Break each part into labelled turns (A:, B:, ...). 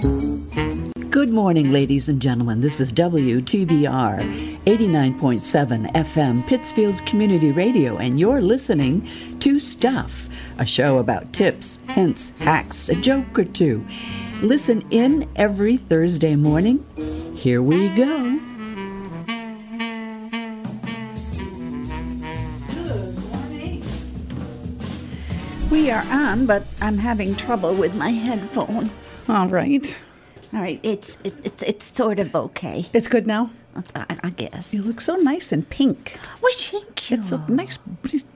A: Good morning, ladies and gentlemen. This is WTBR 89.7 FM, Pittsfield's Community Radio, and you're listening to Stuff, a show about tips, hints, hacks, a joke or two. Listen in every Thursday morning. Here we go.
B: We are on, but I'm having trouble with my headphone.
C: All right.
B: All right, it's it, it's it's sort of okay,
C: It's good now.
B: I, I guess.
C: You look so nice and pink.
B: Well, thank you.
C: It's a nice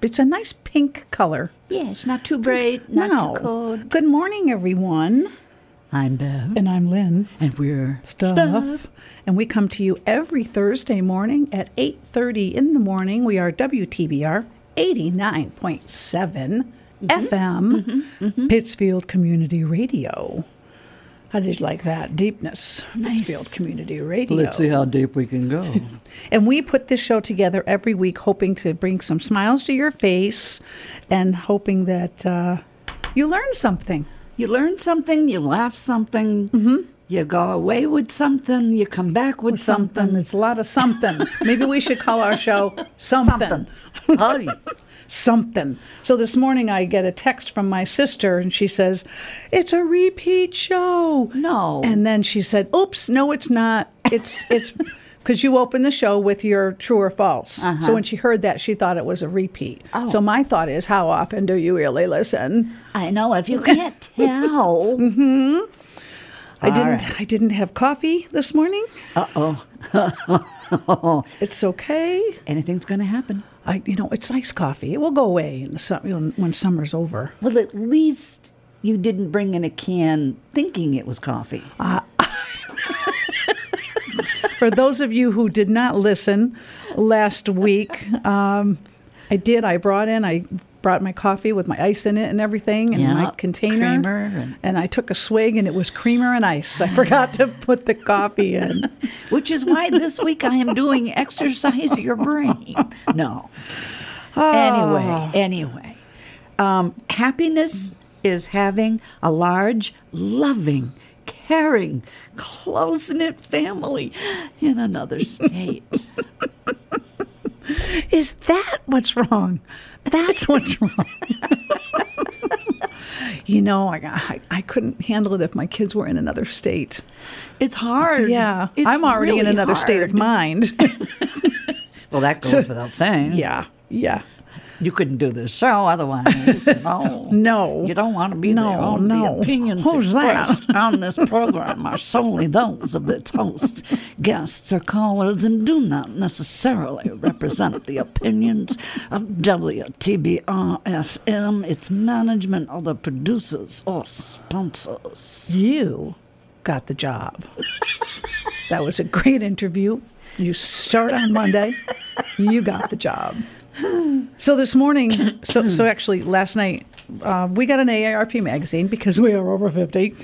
C: it's a nice pink color.
B: Yeah, it's not too bright, not
C: Wow.
B: too cold.
C: Good morning everyone.
A: I'm Bev,
C: And I'm Lynn.
A: and we're
C: Stuff. And we come to you every Thursday morning at 8:30 in the morning. We are WTBR 89.7 FM Mm-hmm. Pittsfield Community Radio. How did you like that deepness? Pittsfield Community Radio.
D: Let's see how deep we can go.
C: And we put this show together every week, hoping to bring some smiles to your face and hoping that uh, you learn something.
D: you learn something, you laugh something,
A: Mm-hmm.
D: you go away with something, you come back with, something.
C: There's a lot of something. Maybe we should call our show Something. Something.
D: Oh, yeah.
C: So this morning I get a text from my sister and she says, It's a repeat show.
D: No.
C: And then she said, Oops, no, it's not. It's, it's, because you open the show with your true or false. So when she heard that, she thought it was a repeat. So my thought is, how often do you really listen?
B: I know if you can't tell.
C: I didn't. I didn't have coffee this morning. Uh oh. it's okay.
D: anything's going to happen.
C: I, you know, it's nice coffee. It will go away in the sum, when summer's over.
D: Well, at least you didn't bring in a can thinking it was coffee.
C: For those of you who did not listen last week, um, I did. I brought in. I brought my coffee with my ice in it and everything, and my
D: Yeah,
C: container.
D: creamer and-
C: and I took a swig, and it was creamer and ice. I forgot to put the coffee in.
D: Which is why this week I am doing exercise your brain. No.
C: Ah.
D: Anyway, anyway. Um, happiness is having a large, loving, caring, close knit family in another state.
C: Is that what's wrong? That's what's wrong. you know, I, I I couldn't handle it if my kids were in another state.
D: it's hard.
C: Yeah,
D: It's
C: I'm already in
D: really
C: another state of
D: hard.
C: mind.
D: Well, that goes without saying.
C: yeah, yeah.
D: You couldn't do this show otherwise. No.
C: No.
D: You don't want to be
C: No,
D: there. All
C: no.
D: The opinions
C: Who's that?
D: expressed on this program are solely those of its hosts, guests, or callers and do not necessarily represent the opinions of WTBR FM, its management, or the producers or sponsors.
C: You got the job. that was a great interview. You start on Monday. You got the job. So this morning, so so actually last night, uh, we got an AARP magazine because we are over 50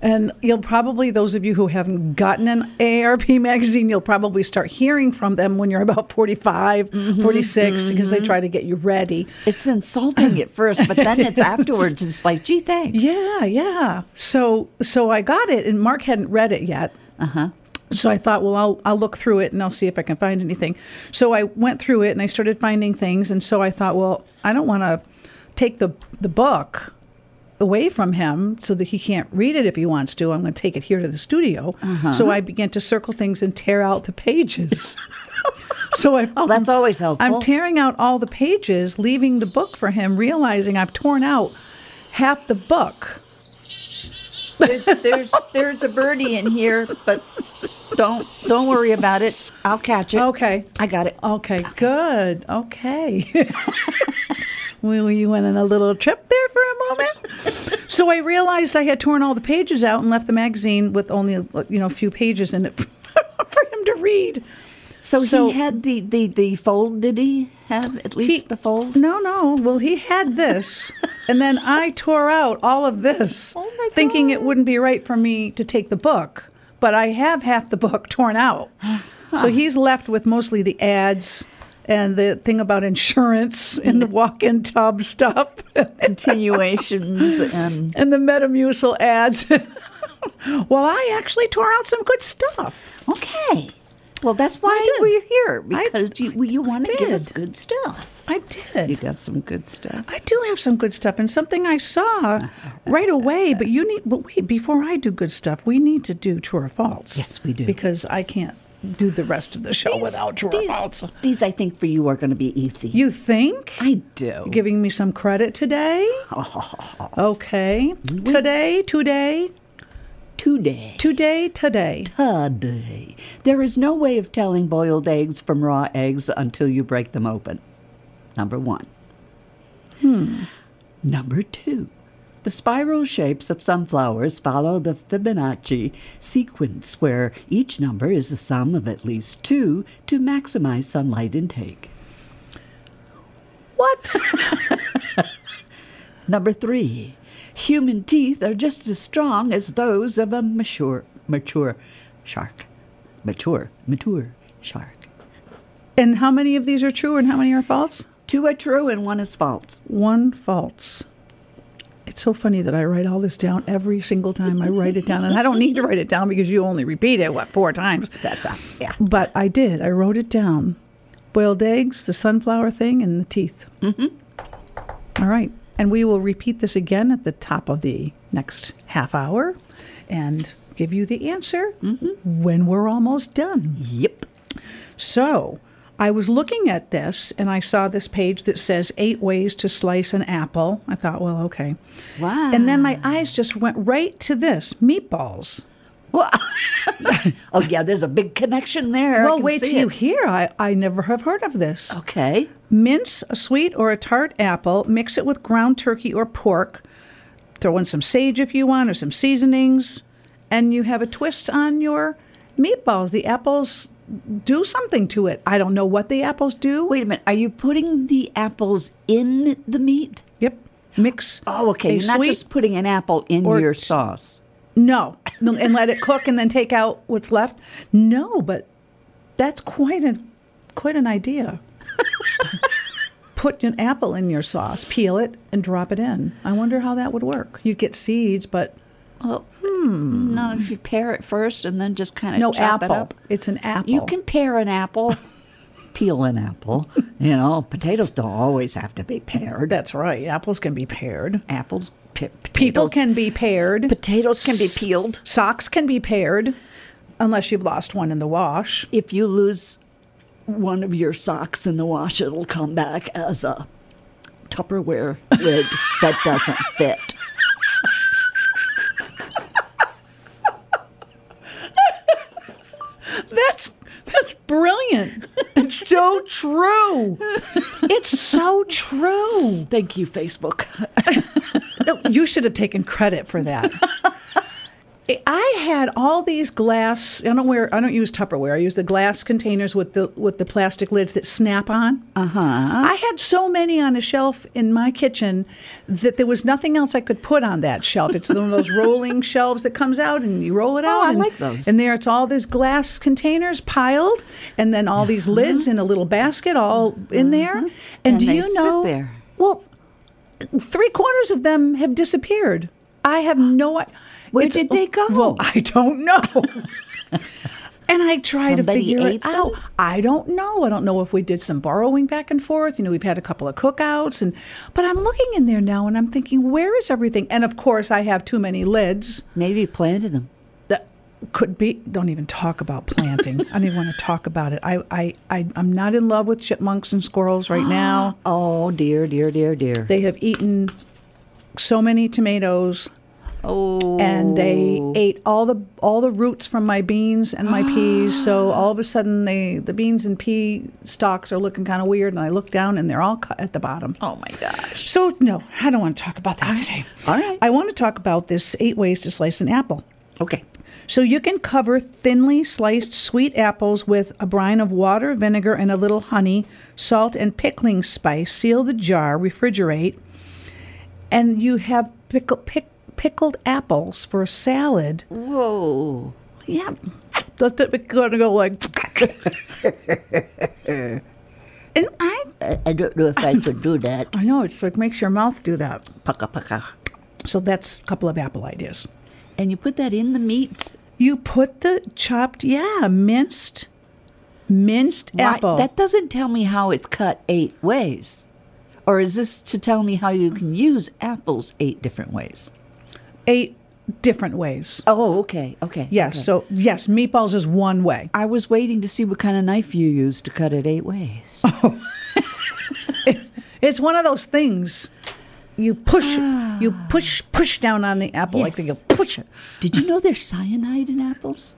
C: and you'll probably those of you who haven't gotten an AARP magazine, you'll probably start hearing from them when you're about 45, 46, because they try to get you ready.
D: It's insulting at first, but then it's afterwards. It's like, gee, thanks.
C: Yeah, yeah. So so I got it, and Mark hadn't read it yet. Uh huh. So I thought, well, I'll I'll look through it and I'll see if I can find anything. So I went through it and I started finding things, and so I thought, well, I don't want to take the the book away from him so that he can't read it if he wants to. I'm going to take it here to the studio.
D: Uh-huh.
C: So I began to circle things and tear out the pages. so I
D: Oh, that's always helpful.
C: I'm tearing out all the pages, leaving the book for him, realizing I've torn out half the book.
B: There's, there's there's a birdie in here, but don't don't worry about it. I'll catch it.
C: Okay.
B: I got it.
C: Okay, good. Okay. well, you went on a little trip there for a moment. So I realized I had torn all the pages out and left the magazine with only you know a few pages in it for him to read.
D: So,
C: So-
D: he had the, the, the fold, did he have at least the fold?
C: No, no. Well, he had this, and then I tore out all of this,
D: Oh my
C: thinking it wouldn't be right for me to take the book. But I have half the book torn out, so he's left with mostly the ads and the thing about insurance and the walk-in tub stuff
D: Continuations and
C: and the Metamucil ads. well, I actually tore out some good stuff.
D: Okay. Well, that's why
C: did.
D: we're here
C: I-
D: because you well, you want to give us
C: did.
D: good stuff.
C: I did.
D: You got some good stuff.
C: I do have some good stuff and something I saw right away. But you need, but wait, before I do good stuff, we need to do true or false.
D: Yes, we do.
C: Because I can't do the rest of the show without true or false.
D: these, these, I think, for you are going to be easy.
C: You think?
D: I do.
C: Giving me some credit today? Okay. Today, today,
D: Today.
C: today, today.
D: Today. There is no way of telling boiled eggs from raw eggs until you break them open. Number one. Hmm. Number two. The spiral shapes of sunflowers follow the Fibonacci sequence, where each number is the sum of at least two to maximize sunlight intake.
C: What?
D: Number three, human teeth are just as strong as those of a mature, mature shark. Mature, mature shark.
C: and how many of these are true and how many are false?
D: Two are true and one is false.
C: one false. It's so funny that I write all this down every single time I write it down. And I don't need to write it down because you only repeat it, what, four times?
D: That's a, yeah.
C: But I did. I wrote it down. Boiled eggs, the sunflower thing, and the teeth. Mm-hmm. right. And we will repeat this again at the top of the next half hour and give you the answer when we're almost done.
D: Yep.
C: So I was looking at this and I saw this page that says eight ways to slice an apple. I thought, well, okay.
D: Wow.
C: And then my eyes just went right to this meatballs.
D: Well, oh, yeah, there's a big connection there. I
C: well,
D: can
C: wait
D: see
C: till
D: it.
C: you
D: Oh.
C: hear. I, I never have heard of this.
D: Okay.
C: Mince a sweet or a tart apple, mix it with ground turkey or pork, throw in some sage if you want or some seasonings, and you have a twist on your meatballs. The apples do something to it. I don't know what the apples do.
D: Wait a minute. Are you putting the apples in the meat?
C: Yep. Mix.
D: Oh, okay.
C: a
D: You're not
C: sweet-
D: just putting an apple in
C: or
D: your
C: t-
D: sauce.
C: no, No, and let it cook and then take out what's left. No, but that's quite a quite an idea. Put an apple in your sauce, peel it, and drop it in. I wonder how that would work. You'd get seeds, but
D: Well, not if you pair it first and then just kind of
C: no
D: chop
C: apple.
D: it up.
C: It's an apple.
D: You can pare an apple, peel an apple. You know, potatoes don't always have to be pared.
C: That's right. Apples can be paired.
D: Apples, p-
C: People
D: potatoes-
C: can be paired.
D: potatoes can be peeled.
C: Socks can be paired, unless you've lost one in the wash.
D: If you lose one of your socks in the wash, it'll come back as a Tupperware lid that doesn't fit.
C: That's that's brilliant. It's so true. It's so true.
D: Thank you, Facebook.
C: No, You should have taken credit for that. I had all these glass. I don't wear. I don't use Tupperware. I use the glass containers with the with the plastic lids that snap on. Uh
D: Uh-huh.
C: huh. I had so many on a shelf in my kitchen that there was nothing else I could put on that shelf. It's one of those rolling shelves that comes out and you roll it out.
D: Oh, I
C: and,
D: like those.
C: And there it's all these glass containers piled, and then all these lids in a little basket, all in there. And,
D: Uh-huh. And
C: do
D: they
C: you
D: sit
C: know?
D: there.
C: Well, three quarters of them have disappeared. I have no idea.
D: Where did they go?
C: Well, I don't know. and I
D: Somebody
C: try to figure it
D: ate them?
C: out. I don't know. I don't know if we did some borrowing back and forth. You know, we've had a couple of cookouts, and but I'm looking in there now, and I'm thinking, where is everything? And of course, I have too many lids.
D: Maybe you planted them.
C: That could be. Don't even talk about planting. I don't even want to talk about it. I, I, I, I'm not in love with chipmunks and squirrels right now.
D: Oh, dear, dear, dear, dear.
C: They have eaten so many tomatoes.
B: Oh.
C: and they ate all the all the roots from my beans and my peas. So all of a sudden, they the beans and pea stalks are looking kind of weird, and I look down and they're all cut at the bottom.
B: Oh my gosh.
C: So no, I don't want to talk about that today.
B: All right.
C: I want to talk about this eight ways to slice an apple.
B: Okay.
C: So you can cover thinly sliced sweet apples with a brine of water, vinegar, and a little honey, salt, and pickling spice. Seal the jar, refrigerate, and you have pickle, pick, pickled apples for a salad.
B: Whoa. Yeah.
C: That's going to go like. and I,
B: I, I don't know if I could do that.
C: I know it's like makes your mouth do that.
B: Paka paka.
C: So that's a couple of apple ideas.
D: And you put that in the meat.
C: You put the chopped, yeah, minced, minced
D: Why-
C: apple.
D: that doesn't tell me how it's cut eight ways. Or is this to tell me how you can use apples eight different ways?
C: eight different ways.
D: Oh, okay, okay.
C: Yes.
D: okay.
C: So yes, meatballs is one way.
D: I was waiting to see what kind of knife you used to cut it eight ways.
C: It's one of those things. You push, you push, push down on the apple like they go
D: Yes.
C: push it.
D: Did you know there's cyanide in apples?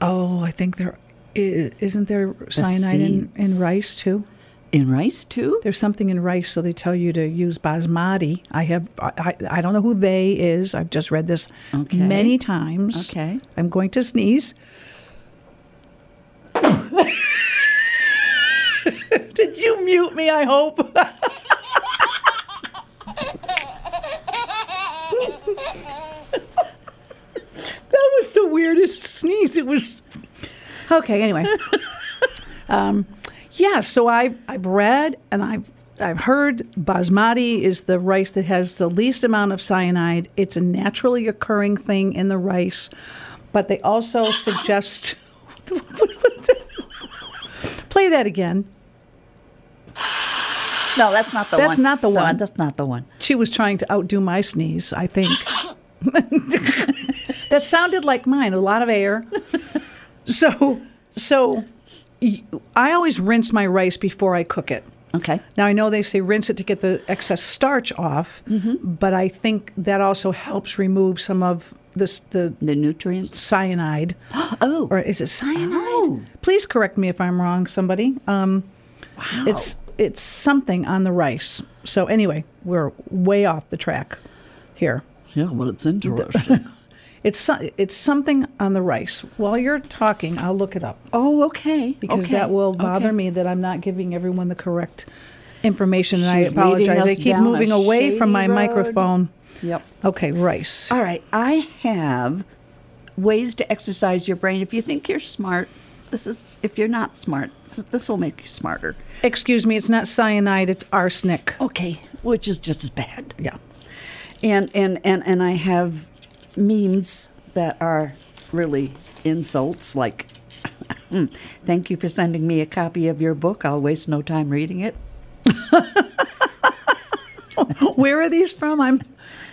C: Oh, I think there i- isn't there cyanide in, in
D: seeds.
C: rice too.
D: In rice too?
C: There's something in rice, so they tell you to use basmati. I have, I, I, I don't know who they is. I've just read this
D: Okay.
C: many times.
D: Okay.
C: I'm going to sneeze. Did you mute me? I hope. That was the weirdest sneeze. It was okay. Anyway, um, yeah. So I've I've read and I've I've heard basmati is the rice that has the least amount of cyanide. It's a naturally occurring thing in the rice, but they also suggest. Play that again.
B: No, that's not the
C: That's
B: one.
C: not the
B: No,
C: one.
B: that's not the one.
C: She was trying to outdo my sneeze, I think. that sounded like mine, a lot of air. So, so y- I always rinse my rice before I cook it.
D: Okay.
C: Now I know they say rinse it to get the excess starch off, but I think that also helps remove some of this the
D: The nutrients.
C: cyanide.
D: Oh.
C: Or is it cyanide?
D: Oh.
C: Please correct me if I'm wrong, somebody. Um, wow. It's it's something on the rice. So anyway, we're way off the track here.
D: Yeah, well, it's interesting.
C: It's so- it's something on the rice. While you're talking, I'll look it up
D: oh, okay.
C: because
D: okay,
C: that will
D: okay.
C: bother me that I'm not giving everyone the correct information. And I
D: She's leading
C: apologize. I
D: us
C: keep
D: down a
C: moving away from
D: shady
C: my
D: road.
C: microphone.
D: Yep.
C: Okay, rice.
D: All right, I have ways to exercise your brain. If you think you're smart, this is. If you're not smart, this will make you smarter.
C: Excuse me, it's not cyanide, it's arsenic.
D: Okay, which is just as bad.
C: Yeah.
D: And and and and I have memes that are really insults, like. Thank you for sending me a copy of your book. I'll waste no time reading it.
C: Where are these from? I'm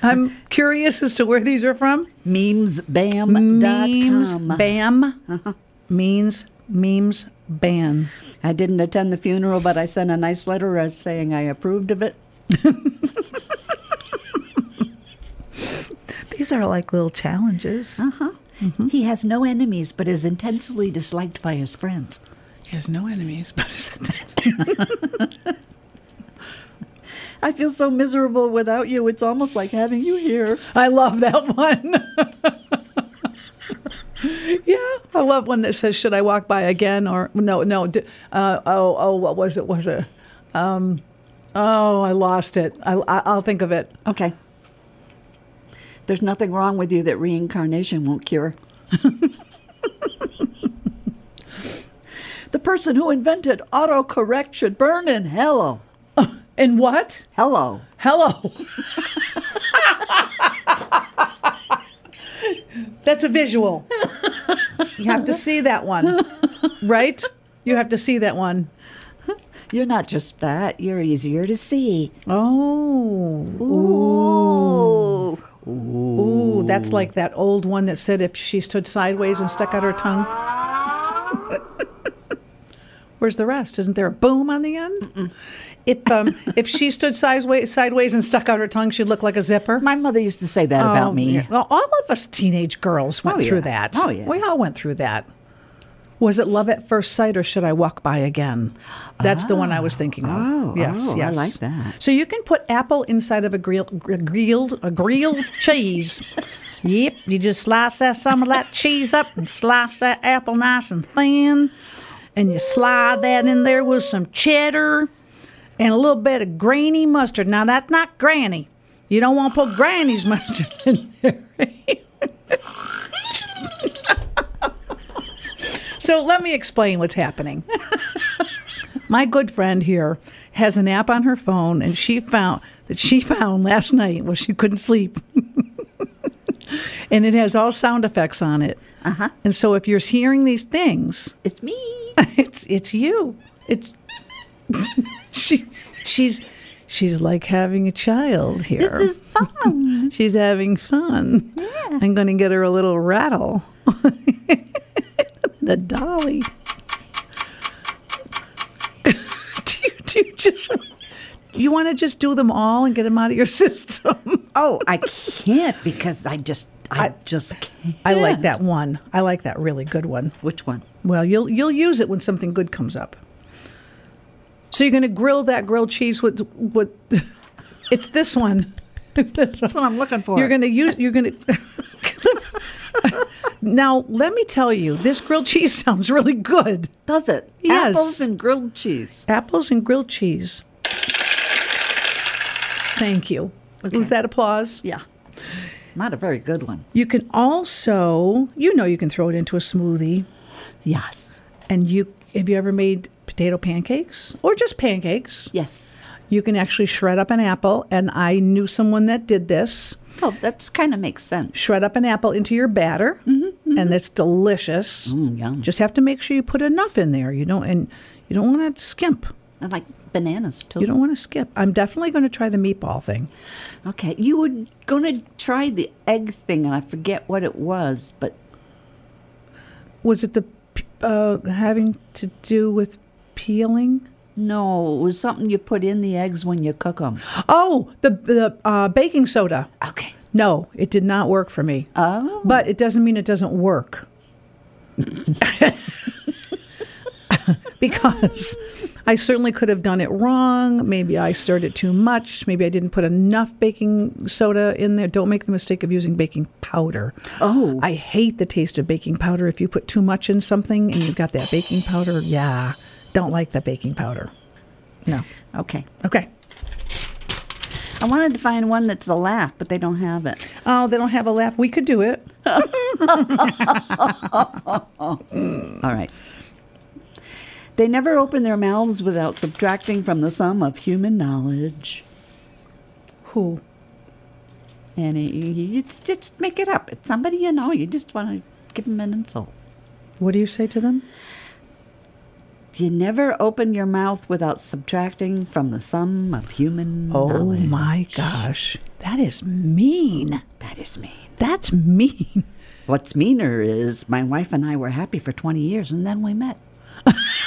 C: I'm curious as to where these are from.
D: Memesbam.com.
C: Memes bam
D: Uh-huh.
C: means memes ban.
D: I didn't attend the funeral, but I sent a nice letter uh, saying I approved of it.
C: These are like little challenges.
D: Mm-hmm. He has no enemies, but is intensely disliked by his friends.
C: He has no enemies, but it's
D: I feel so miserable without you. It's almost like having you here.
C: I love that one. yeah, I love one that says, "Should I walk by again?" Or no, no. d- Uh, oh, oh, what was it? Was it? Um, oh, I lost it. I, I, I'll think of it.
D: Okay. There's nothing wrong with you that reincarnation won't cure. the person who invented autocorrect should burn in hell.
C: And what?
D: Hello.
C: Hello. That's a visual. You have to see that one, right? You have to see that one.
D: You're not just that, you're easier to see.
C: Oh. Ooh, that's like that old one that said if she stood sideways and stuck out her tongue. Where's the rest? Isn't there a boom on the end? If um, if she stood sideways, sideways and stuck out her tongue, she'd look like a zipper.
D: My mother used to say that about
C: Oh,
D: me.
C: yeah. Well, all of us teenage girls went
D: Oh, yeah.
C: through that.
D: Oh, yeah.
C: We all went through that. Was it love at first sight or should I walk by again? That's the one I was thinking of.
D: Oh,
C: yes,
D: oh, I
C: yes.
D: like that.
C: So you can put apple inside of a grilled, gr- grilled, a grilled cheese. Yep, you just slice that some of that cheese up and slice that apple nice and thin, and you slide that in there with some cheddar and a little bit of granny mustard. Now that's not granny. You don't want to put granny's mustard in there. so let me explain what's happening. My good friend here has an app on her phone, and she found that she found last night well she couldn't sleep. and it has all sound effects on it. Uh-huh. And so if you're hearing these things,
D: It's me.
C: it's it's you. It's she she's she's like having a child here.
D: This is fun.
C: she's having fun. I'm gonna get her a little rattle. the dolly. do, you, do you just you want to just do them all and get them out of your system?
D: oh, I can't because I just, I,
C: I-
D: just can't.
C: I like that one. I like that really good one.
D: Which one?
C: Well, you'll you'll use it when something good comes up. So you're going to grill that grilled cheese with with it's this one. It's this
D: That's what I'm looking for.
C: You're going to use you're going to Now, let me tell you, this grilled cheese sounds really good.
D: Does it?
C: Yes.
D: Apples and grilled cheese.
C: Apples and grilled cheese. Thank you. Was that applause?
D: Yeah. Not a very good one.
C: You can also, you know, you can throw it into a smoothie.
D: Yes.
C: And you have you ever made potato pancakes or just pancakes?
D: Yes.
C: You can actually shred up an apple, and I knew someone that did this.
D: Oh, that's kind of makes sense.
C: Shred up an apple into your batter, and that's delicious.
D: Mm-hmm, Mm, yum.
C: Just have to make sure you put enough in there. You don't and you don't want to skimp.
D: I like bananas too.
C: You don't want to skip. I'm definitely going to try the meatball thing.
D: Okay, you were going to try the egg thing, and I forget what it was, but
C: Was it the p- uh, having to do with peeling?
D: no, it was something you put in the eggs when you cook them.
C: Oh, the the uh, baking soda.
D: Okay.
C: No, it did not work for me.
D: Oh.
C: But it doesn't mean it doesn't work. because I certainly could have done it wrong. Maybe I stirred it too much. Maybe I didn't put enough baking soda in there. Don't make the mistake of using baking powder.
D: Oh.
C: I hate the taste of baking powder. If you put too much in something and you've got that baking powder, yeah, don't like the baking powder. No.
D: Okay.
C: Okay.
D: I wanted to find one that's a laugh, but they don't have it.
C: Oh, they don't have a lap. We could do it.
D: All right. They never open their mouths without subtracting from the sum of human knowledge.
C: Who?
D: And it, you just, just make it up. It's somebody you know. You just want to give them an insult.
C: What do you say to them?
D: You never open your mouth without subtracting from the sum of human
C: Oh
D: knowledge.
C: my gosh. That is mean.
D: That is mean.
C: That's mean.
D: What's meaner is my wife and I were happy for 20 years and then we met.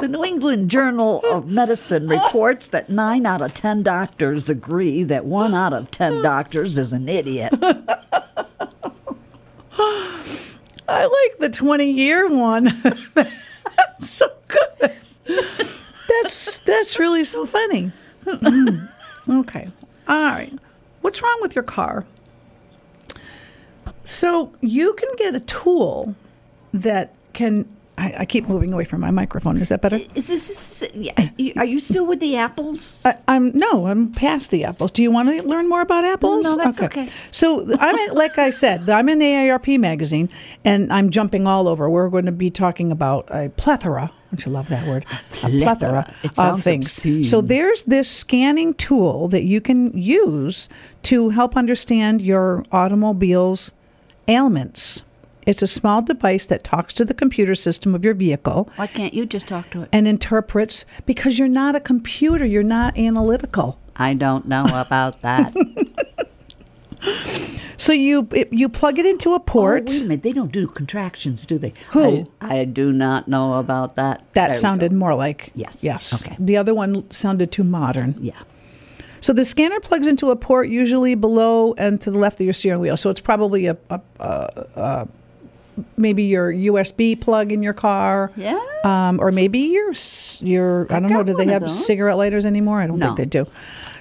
D: the New England Journal of Medicine reports that 9 out of 10 doctors agree that 1 out of 10 doctors is an idiot.
C: I like the 20 year one. that's so good. That's that's really so funny. Mm. Okay. All right. What's wrong with your car? So you can get a tool that can I, I keep moving away from my microphone. Is that better?
D: Is this, is- yeah, you- are you still with the apples?
C: I, I'm no, I'm past the apples. Do you want to learn more about apples?
D: No, that's okay.
C: So th- I'm in, like I said, I'm in AARP magazine, and I'm jumping all over. We're going to be talking about a plethora. Don't you love that word? A plethora,
D: Plethora. It
C: of
D: sounds
C: things.
D: obscene.
C: So there's this scanning tool that you can use to help understand your automobile's ailments. It's a small device that talks to the computer system of your vehicle
D: Why can't you just talk to it?
C: and interprets because you're not a computer, you're not analytical.
D: I don't know about that.
C: So you it, you plug it into a port.
D: Oh, wait a minute. They don't do contractions, do they?
C: Who?
D: I, I do not know about that. There we
C: that sounded
D: go.
C: more like
D: Yes.
C: Yes.
D: Okay.
C: The other one sounded too modern.
D: Yeah.
C: So the scanner plugs into a port usually below and to the left of your steering wheel. So it's probably a, a, a, a maybe your USB plug in your car.
B: Yeah.
C: Um, or maybe your s- your I, don't know.
B: got
C: Do they
B: one of
C: have
B: those.
C: cigarette lighters anymore? I don't
D: No.
C: think they do.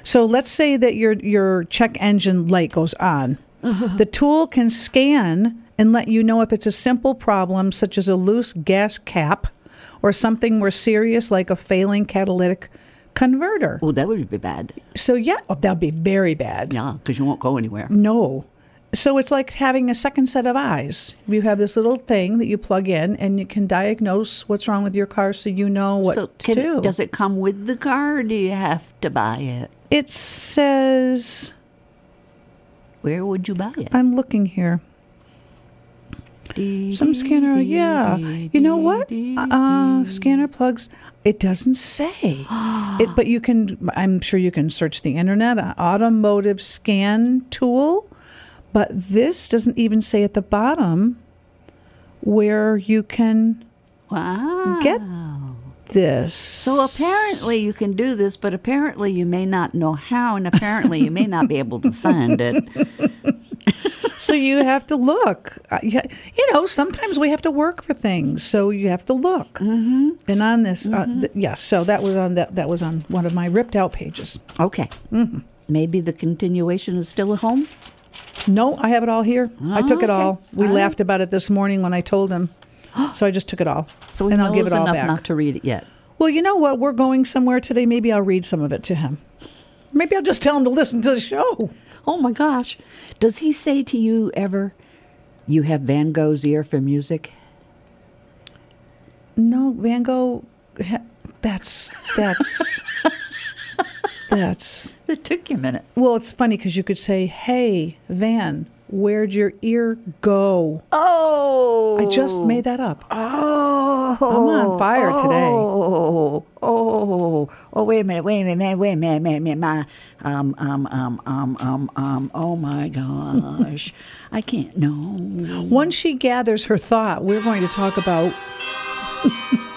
C: So let's say that your your check engine light goes on. The tool can scan and let you know if it's a simple problem such as a loose gas cap or something more serious like a failing catalytic converter.
D: Well, that would be bad.
C: So yeah, oh, that'd be very bad.
D: Yeah, because you won't go anywhere.
C: No. So it's like having a second set of eyes. You have this little thing that you plug in and you can diagnose what's wrong with your car so you know what
D: so,
C: to
D: can-
C: do.
D: does it come with the car or do you have to buy it?
C: it says
D: Where would you buy it?
C: I'm looking here. Some scanner, yeah. You know what? Uh, scanner plugs. It doesn't say. It, but you can. I'm sure you can search the internet. uh, Automotive scan tool. But this doesn't even say at the bottom where you can
D: Wow.
C: get this.
D: So apparently you can do this, but apparently you may not know how, and apparently you may not be able to find it.
C: so you have to look. Uh, You ha- you know, sometimes we have to work for things, so you have to look. Mm-hmm. And on this,
D: Mm-hmm.
C: uh, th- yes. So that was on that. That was on one of my ripped out pages.
D: Okay.
C: Mm-hmm.
D: Maybe the continuation is still at home.
C: No, I have it all here. I took it
D: Oh, okay.
C: all. We
D: All right.
C: laughed about it this morning when I told him. So I just took it all.
D: So he
C: and
D: knows
C: I'll give it all
D: enough
C: back.
D: not to read it yet.
C: Well, you know what? We're going somewhere today. Maybe I'll read some of it to him. Maybe I'll just tell him to listen to the show.
D: Oh my gosh. Does he say to you ever, you have Van Gogh's ear for music?
C: No, Van Gogh. ha- That's that's that's.
D: It took you a minute.
C: Well, it's funny because you could say, "Hey, Van, where'd your ear go?"
D: Oh.
C: I just made that up.
D: Oh.
C: I'm on fire today.
D: Oh. Oh. Oh, wait a minute. Wait a minute. Wait a minute. Wait a minute. My, um, um, um, um, um, um. Oh my gosh. I can't. No.
C: Once she gathers her thought, we're going to talk about.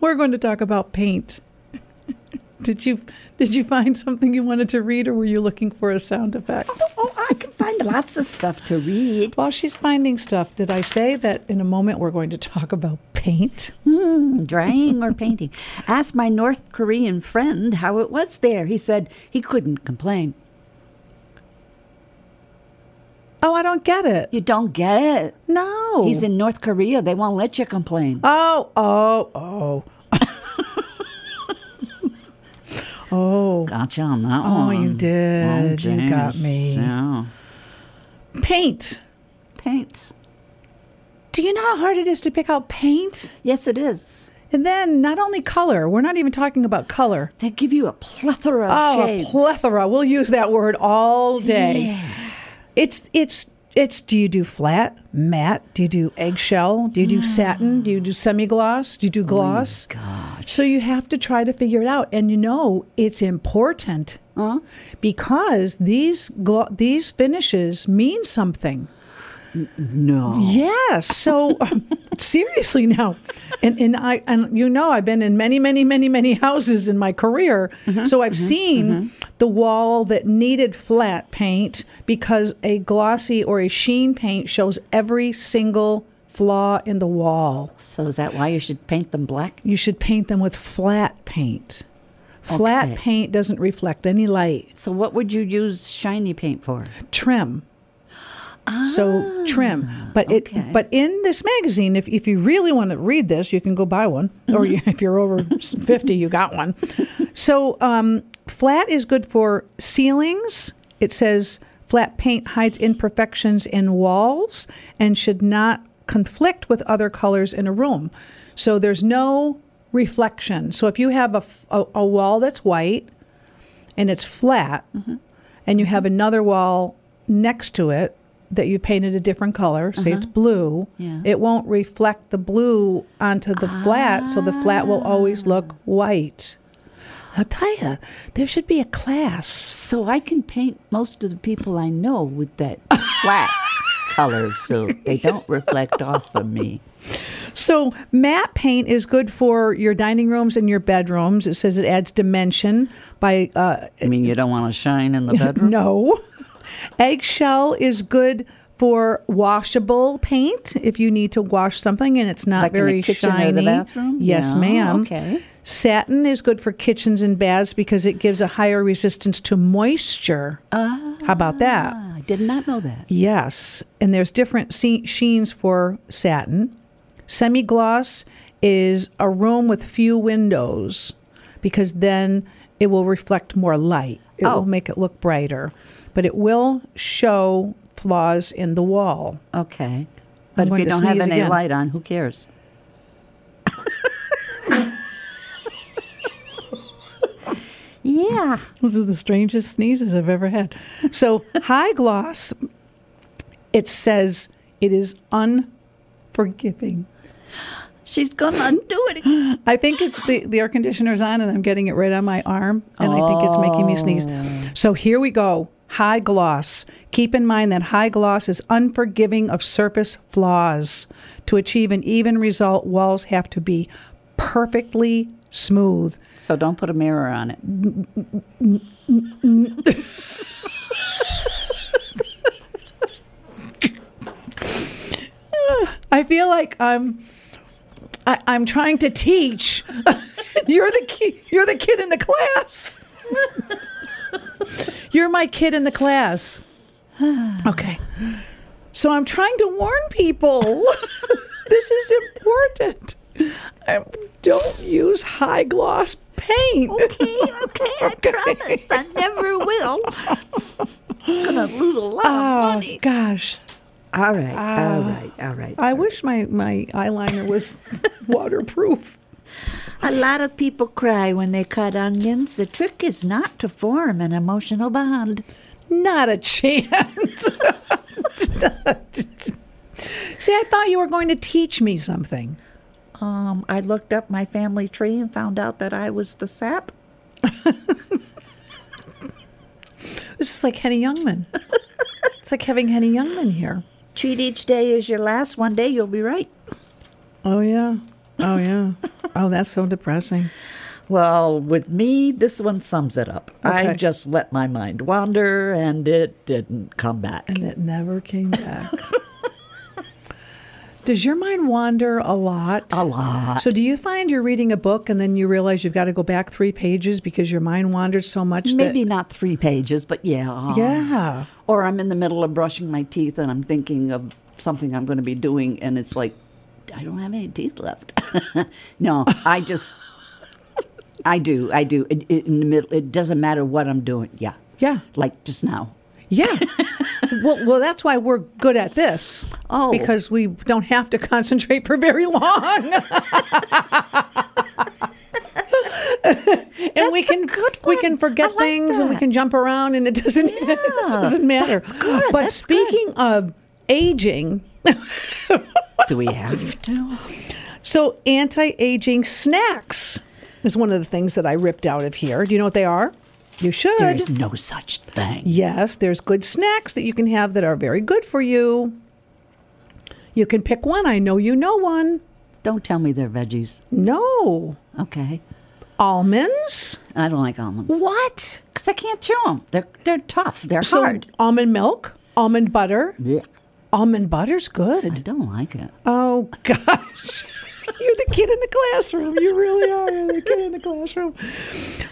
C: we're going to talk about paint. did you did you find something you wanted to read, or were you looking for a sound effect?
D: Oh, I can find lots of stuff to read.
C: While she's finding stuff, did I say that in a moment we're going to talk about paint?
D: drawing or painting. Asked my North Korean friend how it was there. He said he couldn't complain.
C: Oh, I don't get it.
D: You don't get it.
C: No,
D: He's in North Korea. They won't let you complain.
C: Oh, oh, oh. oh.
D: Gotcha on that
C: Oh,
D: one.
C: you did. you got
D: geez.
C: me.
D: Yeah.
C: Paint.
D: Paint.
C: Do you know how hard it is to pick out paint?
D: Yes, it is.
C: And then not only color, we're not even talking about color.
D: They give you a plethora of
C: Oh,
D: shades.
C: a plethora. We'll use that word all day. It's it's it's do you do flat, matte? Do you do eggshell? Do you
D: Mm.
C: do satin? Do you do semi-gloss?
D: Oh
C: Do you do gloss? So you have to try to figure it out and you know it's important.
D: Uh-huh.
C: Because these glo- these finishes mean something.
D: No.
C: Yeah. So um, seriously now, and, and I and you know I've been in many many many many houses in my career, so I've seen the wall that needed flat paint because a glossy or a sheen paint shows every single flaw in the wall.
D: So is that why you should paint them black?
C: You should paint them with flat paint. Flat
D: Okay.
C: paint doesn't reflect any light.
D: So what would you use shiny paint for?
C: trim. So trim, but
D: okay.
C: it but in this magazine, if if you really want to read this, you can go buy one, or you, if you're over fifty, you got one. So um, flat is good for ceilings. It says flat paint hides imperfections in walls and should not conflict with other colors in a room. So there's no reflection. So if you have a f- a- a wall that's white, and it's flat, and you have another wall next to it that you painted a different color, say it's blue,
D: Yeah.
C: it won't reflect the blue onto the flat, so the flat will always look white. I'll tell you, there should be a class.
D: So I can paint most of the people I know with that flat color so they don't reflect off of me.
C: So matte paint is good for your dining rooms and your bedrooms. It says it adds dimension by uh,
D: I mean, you don't want to shine in the bedroom.
C: No. Eggshell is good for washable paint if you need to wash something and it's not
D: Like in the
C: very
D: kitchen
C: shiny.
D: or the bathroom?
C: Yes,
D: Yeah,
C: ma'am.
D: okay.
C: Satin is good for kitchens and baths because it gives a higher resistance to moisture.
D: Ah.
C: How about that?
D: I did not know that.
C: Yes, and there's different se- sheens for satin. Semi gloss is a room with few windows because then it will reflect more light. It
D: Oh.
C: will make it look brighter, but it will show flaws in the wall.
D: Okay.
C: I'm
D: But if
C: going
D: you
C: to
D: don't have
C: sneeze
D: any
C: again.
D: light on, who cares? yeah.
C: Those are the strangest sneezes I've ever had. So, high gloss, it says it is unforgiving.
D: She's going to undo it again.
C: I think it's the, the air conditioner's on and I'm getting it right on my arm and I think it's making me sneeze. So here we go. High gloss. Keep in mind that high gloss is unforgiving of surface flaws. To achieve an even result, walls have to be perfectly smooth.
D: So don't put a mirror on it.
C: I feel like I'm I, I'm trying to teach. you're the ki- you're the kid in the class. you're my kid in the class. Okay. So I'm trying to warn people. this is important. I don't use high gloss paint.
B: Okay, okay, I promise I never will. I'm gonna lose a lot of
C: Oh
B: money.
C: gosh. Uh,
D: All right. all right. All right.
C: I wish my, my eyeliner was waterproof.
B: A lot of people cry when they cut onions. The trick is not to form an emotional bond.
C: Not a chance. See, I thought you were going to teach me something.
B: Um, I looked up my family tree and found out that I was the sap.
C: This is like Henny Youngman. it's like having Henny Youngman here.
B: Treat each day as your last. One day you'll be right.
C: Oh, yeah. Oh, yeah. Oh, that's so depressing.
D: Well, with me, this one sums it up. I
C: Okay.
D: just let my mind wander and it didn't come back.
C: And it never came back. Does your mind wander a lot?
D: A lot.
C: So, do you find you're reading a book and then you realize you've got to go back three pages because your mind wandered so much?
D: Maybe not three pages, but yeah.
C: That, yeah.
D: Or I'm in the middle of brushing my teeth and I'm thinking of something I'm going to be doing, and it's like, I don't have any teeth left. no, I just, I do, I do. It, it, in the middle, it doesn't matter what I'm doing. Yeah.
C: Yeah.
D: Like just now.
C: Yeah. well, well, that's why we're good at this.
D: Oh.
C: Because we don't have to concentrate for very long. and we can we can forget things and we can jump around and it doesn't it doesn't matter. But speaking of aging,
D: Do we have to?
C: so anti-aging snacks is one of the things that I ripped out of here. Do you know what they are? You should.
D: There's no such thing.
C: Yes, there's good snacks that you can have that are very good for you. You can pick one. I know you know one.
D: Don't tell me they're veggies.
C: No.
D: Okay.
C: Almonds?
D: I don't like almonds.
C: What?
D: Because I can't chew them. They're, they're tough. They're
C: So
D: hard.
C: almond milk, almond butter. Almond butter's
D: I
C: good.
D: don't like it.
C: Oh gosh. You're the kid in the classroom. You really are. You're the kid in the classroom.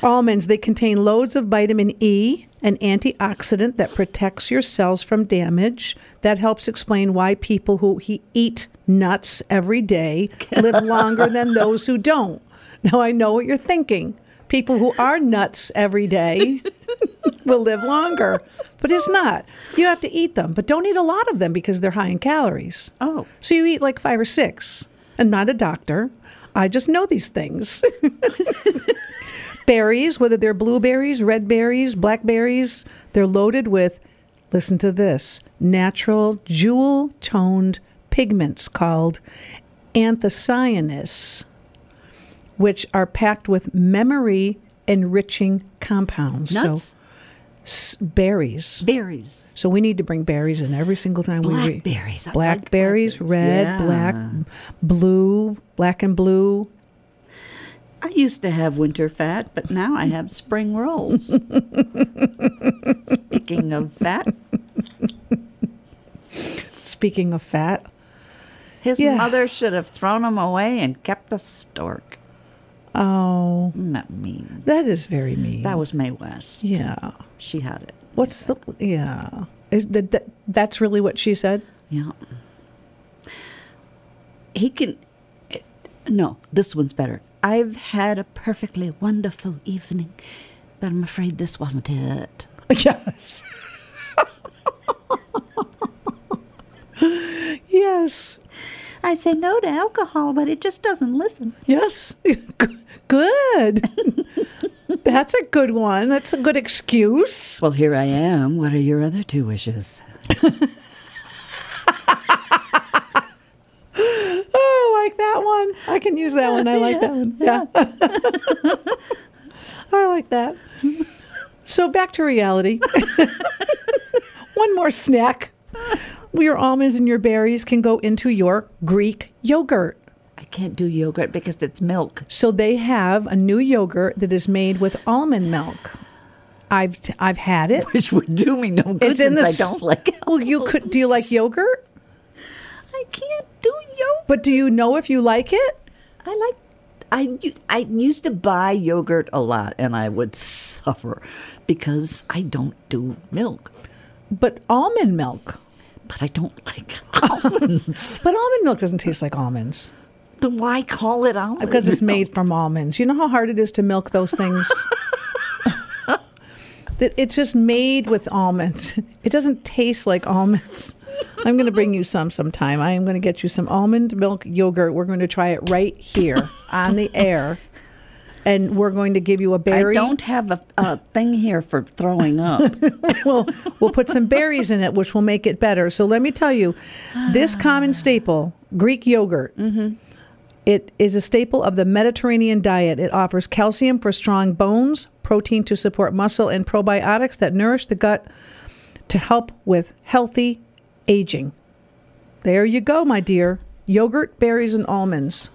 C: Almonds, they contain loads of vitamin E, an antioxidant that protects your cells from damage. That helps explain why people who he eat nuts every day live longer than those who don't. Now, I know what you're thinking. People who are nuts every day will live longer, but it's not. You have to eat them, but don't eat a lot of them because they're high in calories.
D: Oh.
C: So you eat like five or six. I'm not a doctor. I just know these things. berries, whether they're blueberries, red berries, blackberries, they're loaded with, listen to this, natural jewel toned pigments called anthocyanins, which are packed with memory enriching compounds.
D: Nuts,
C: So s- berries.
D: berries.
C: So we need to bring berries in every single time we read.
D: Blackberries. I like
C: Blackberries, red,
D: blackberries.
C: black,
D: Yeah.
C: blue, black and blue.
D: I used to have winter fat, but now I have spring rolls. Speaking of fat,
C: Speaking of fat,
D: his
C: Yeah.
D: mother should have thrown him away and kept the stork.
C: oh,
D: Not mean.
C: that is very mean.
D: That was Mae West.
C: yeah.
D: She had it.
C: What's the yeah? Is that, that that's really what she said?
D: Yeah. He can. No, this one's better. I've had a perfectly wonderful evening, but I'm afraid this wasn't it.
C: Yes. yes.
D: I say no to alcohol, but it just doesn't listen.
C: Yes. good. that's a good one. That's a good excuse.
D: Well, here I am. What are your other two wishes?
C: Oh, I like that one. I can use that one. I like that one. Yeah. I like that. So back to reality. one more snack. Your almonds and your berries can go into your Greek yogurt.
D: I can't do yogurt because it's milk.
C: So they have a new yogurt that is made with almond milk. I've I've had it.
D: Which would do me no good
C: It's in the
D: since I don't like it.
C: Well, you could. Do you like yogurt?
D: I can't do yogurt.
C: But do you know if you like it?
D: I like. I u- I used to buy yogurt a lot, and I would suffer because I don't do milk.
C: But almond milk.
D: But I don't like almonds.
C: But almond milk doesn't taste like almonds.
D: then why call it almonds?
C: because it's made from almonds. You know how hard it is to milk those things? That it's just made with almonds. It doesn't taste like almonds. I'm going to bring you some sometime. I am going to get you some almond milk yogurt. We're going to try it right here on the air. And we're going to give you
D: I
C: a berry.
D: don't have a, a thing here for throwing up.
C: we'll, we'll put some berries in it, which will make it better. So let me tell you, this common staple, Greek yogurt, it is a staple of the Mediterranean diet. It offers calcium for strong bones, protein to support muscle, and probiotics that nourish the gut to help with healthy aging. There you go, my dear. Yogurt, berries, and almonds.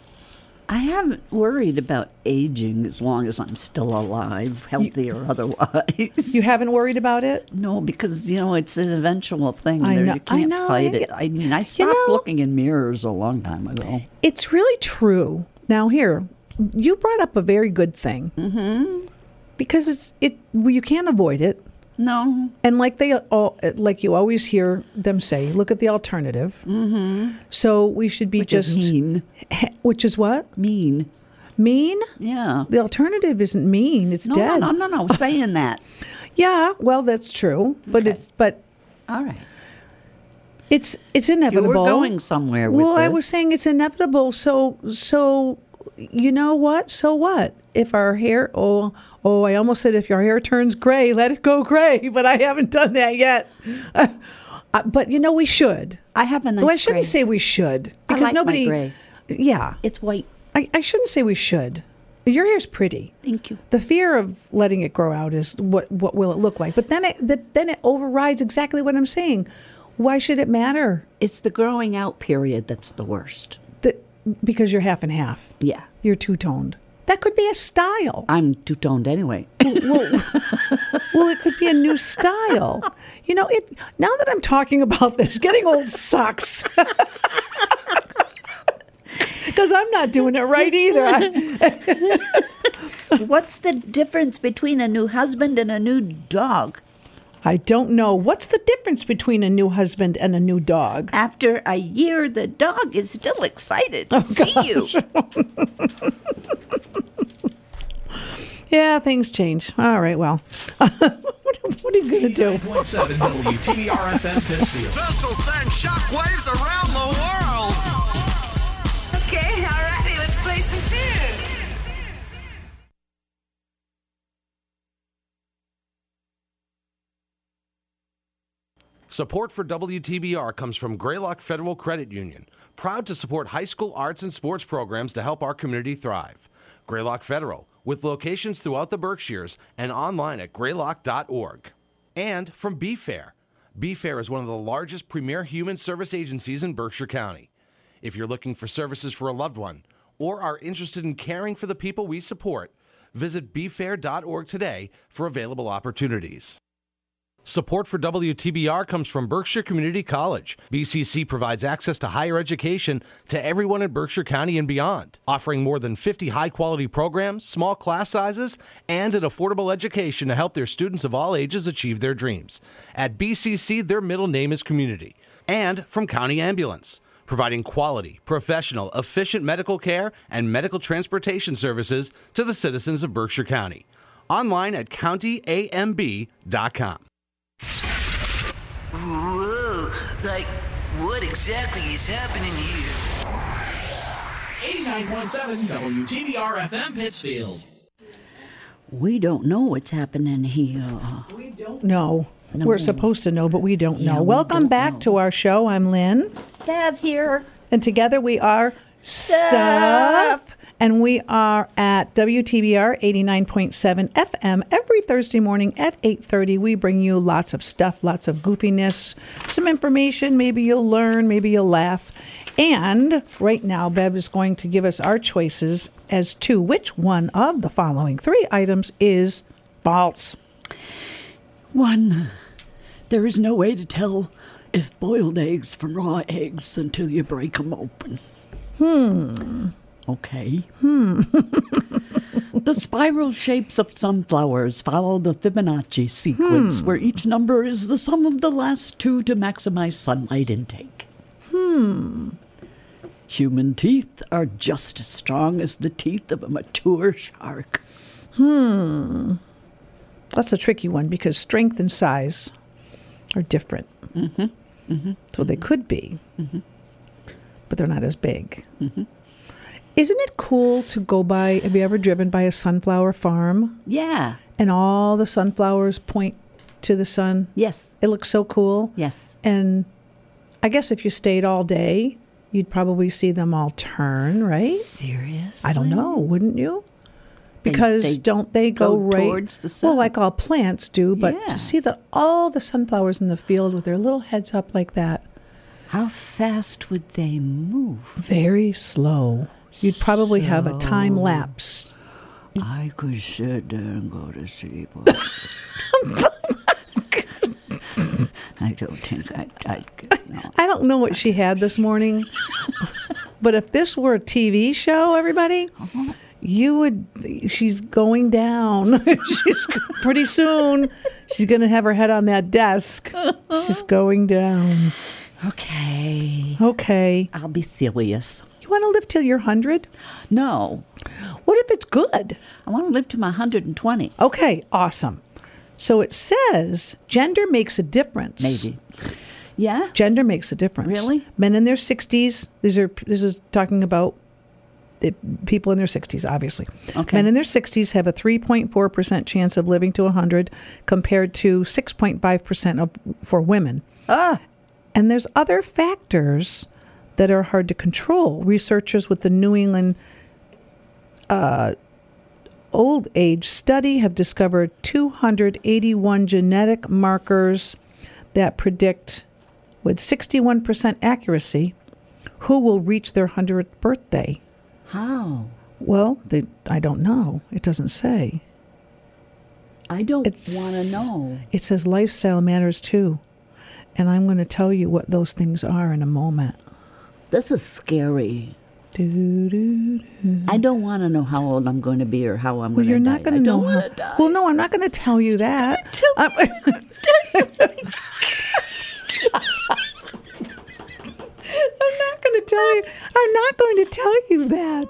D: I haven't worried about aging as long as I'm still alive, healthy or otherwise.
C: You haven't worried about it?
D: No, because you know it's an eventual thing.
C: I
D: There-
C: know- I
D: you can't
C: know,
D: fight
C: I
D: it.
C: get-
D: I mean, I
C: you
D: stopped
C: know-
D: looking in mirrors a long time ago.
C: It's really true. Now here, you brought up a very good thing. Mm-hmm. Because it's it well, you can't avoid it,
D: No,
C: and like they all like you always hear them say, look at the alternative. Mm-hmm. So we should be
D: which
C: just
D: is mean.
C: which is what
D: Mean.
C: mean.
D: Yeah.
C: The alternative isn't mean; it's
D: No, no,
C: dead.
D: no, no, no. Saying that.
C: Yeah, well, that's true, but
D: Okay.
C: it's but
D: All right.
C: it's it's
D: You
C: inevitable.
D: were going somewhere with
C: well i
D: this.
C: was saying it's inevitable so so you know what so what if our hair oh oh i almost said if your hair turns gray let it go gray but i haven't done that yet Uh, uh, but you know we should
D: I have a nice.
C: well i shouldn't
D: gray.
C: say we should
D: I
C: because
D: like my
C: nobody
D: gray.
C: yeah
D: it's white.
C: I, I shouldn't say we should your hair's pretty
D: Thank you.
C: the fear of letting it grow out is what what will it look like but then it that then it overrides exactly what i'm saying why should it matter
D: It's the growing out period that's the worst.
C: that because you're half and half
D: Yeah.
C: You're two toned. That could be a style.
D: I'm two toned anyway.
C: well, Oh, well, it could be a new style. You know, it. Now that I'm talking about this, getting old sucks. Because I'm not doing it right either. I-
D: What's the difference between a new husband and a new dog?
C: I don't know. What's the difference between a new husband and a new dog?
D: After a year, the dog is still excited to see you.
C: Yeah, things change. All right, well. what, what are you going to do?
E: 9.7 WTBR FM Pittsfield.
F: Vessel sends shockwaves around the world.
G: Okay, alrighty, let's play some tunes.
H: Support for WTBR comes from Greylock Federal Credit Union, proud to support high school arts and sports programs to help our community thrive. Greylock Federal, with locations throughout the Berkshires and online at greylock.org. And from BeFair. BeFair is one of the largest premier human service agencies in Berkshire County. If you're looking for services for a loved one or are interested in caring for the people we support, visit befair.org today for available opportunities. Support for WTBR comes from Berkshire Community College. BCC provides access to higher education to everyone in Berkshire County and beyond, offering more than 50 high quality programs, small class sizes, and an affordable education to help their students of all ages achieve their dreams. At BCC, their middle name is Community. And from County Ambulance providing quality, professional, efficient medical care and medical transportation services to the citizens of Berkshire County. Online at countyamb.com.
I: Whoa, like, what exactly is happening here?
E: 89.7 WTBR FM Pittsfield.
D: We don't know what's happening here.
C: No. We're supposed to know, but we don't know. Welcome back to our show. I'm Lynn.
B: Deb here.
C: And together we are Stuff. And we are at WTBR 89.7 FM every Thursday morning at 8.30. We bring you lots of stuff, lots of goofiness, some information. Maybe you'll learn, maybe you'll laugh. And right now, Bev is going to give us our choices as to which one of the following three items is false.
D: One, there is no way to tell if boiled eggs from raw eggs until you break them open. Hmm. Okay. Hmm. the spiral shapes of sunflowers follow the Fibonacci sequence, where each number is the sum of the last two to maximize sunlight intake. Hmm. Human teeth are just as strong as the teeth of a mature shark.
C: That's a tricky one because strength and size are different. Mm-hmm. Mm-hmm. So they could be, but they're not as big. Isn't it cool to go by? Have you ever driven by a sunflower farm
D: Yeah.
C: and all the sunflowers point to the sun?
D: Yes.
C: It looks so cool.
D: Yes.
C: And I guess if you stayed all day, you'd probably see them all turn, right?
D: Serious?
C: I don't know, wouldn't you? Because
D: they
C: don't they go,
D: go
C: right
D: towards the
C: Well,
D: sun.
C: like all plants do, but
D: Yeah.
C: to see the all the sunflowers in the field with their little heads up like that,
D: How fast would they move?
C: very slow. You'd probably have a time lapse.
D: I could sit there and go to sleep. I don't think I, I could. No.
C: I don't know what she had this morning, but if this were a TV show, everybody, you would. She's going down. she's pretty soon. She's going to have her head on that desk. She's going down.
D: Okay.
C: Okay.
D: I'll be serious.
C: You want to live till you're 100?
D: No.
C: What if it's good?
D: I want to live to my 120.
C: Okay, awesome. So it says gender makes a difference.
D: Maybe. Yeah?
C: Gender makes a difference.
D: Really?
C: Men in their 60s, these are this is talking about the people in their 60s, obviously.
D: Okay.
C: Men in their 60s have a 3.4% chance of living to 100 compared to 6.5% of, for women.
D: Ah.
C: And there's other factors that are hard to control. Researchers with the New England uh, Old Age Study have discovered 281 genetic markers that predict with 61% accuracy who will reach their 100th birthday.
D: How?
C: Well, they, I don't know. It doesn't say.
D: I don't want
C: It's
D: to know.
C: It says lifestyle matters too. And I'm going to tell you what those things are in a moment.
D: This is scary.
C: Doo, doo,
D: I don't want to know how old I'm going to be or how I'm
C: Well,
D: going to
C: you're not going to know.
D: I don't
C: how-
D: want to die.
C: Well, no, I'm not going to tell you that. I'm- I'm not going to tell you. I'm not going to tell you that.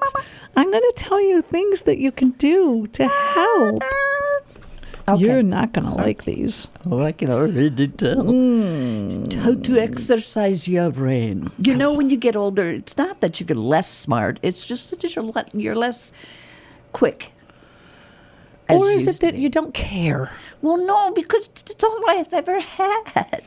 C: I'm going to tell you things that you can do to help. You're not going to like these.
D: Oh, I can already tell.
C: Hmm.
D: How to exercise your brain. You know, when you get older, it's not that you get less smart, it's just that you're, le- you're less quick. as
C: or is it
D: used to
C: that
D: be.
C: you don't care?
D: Well, no, because it's all I've ever had.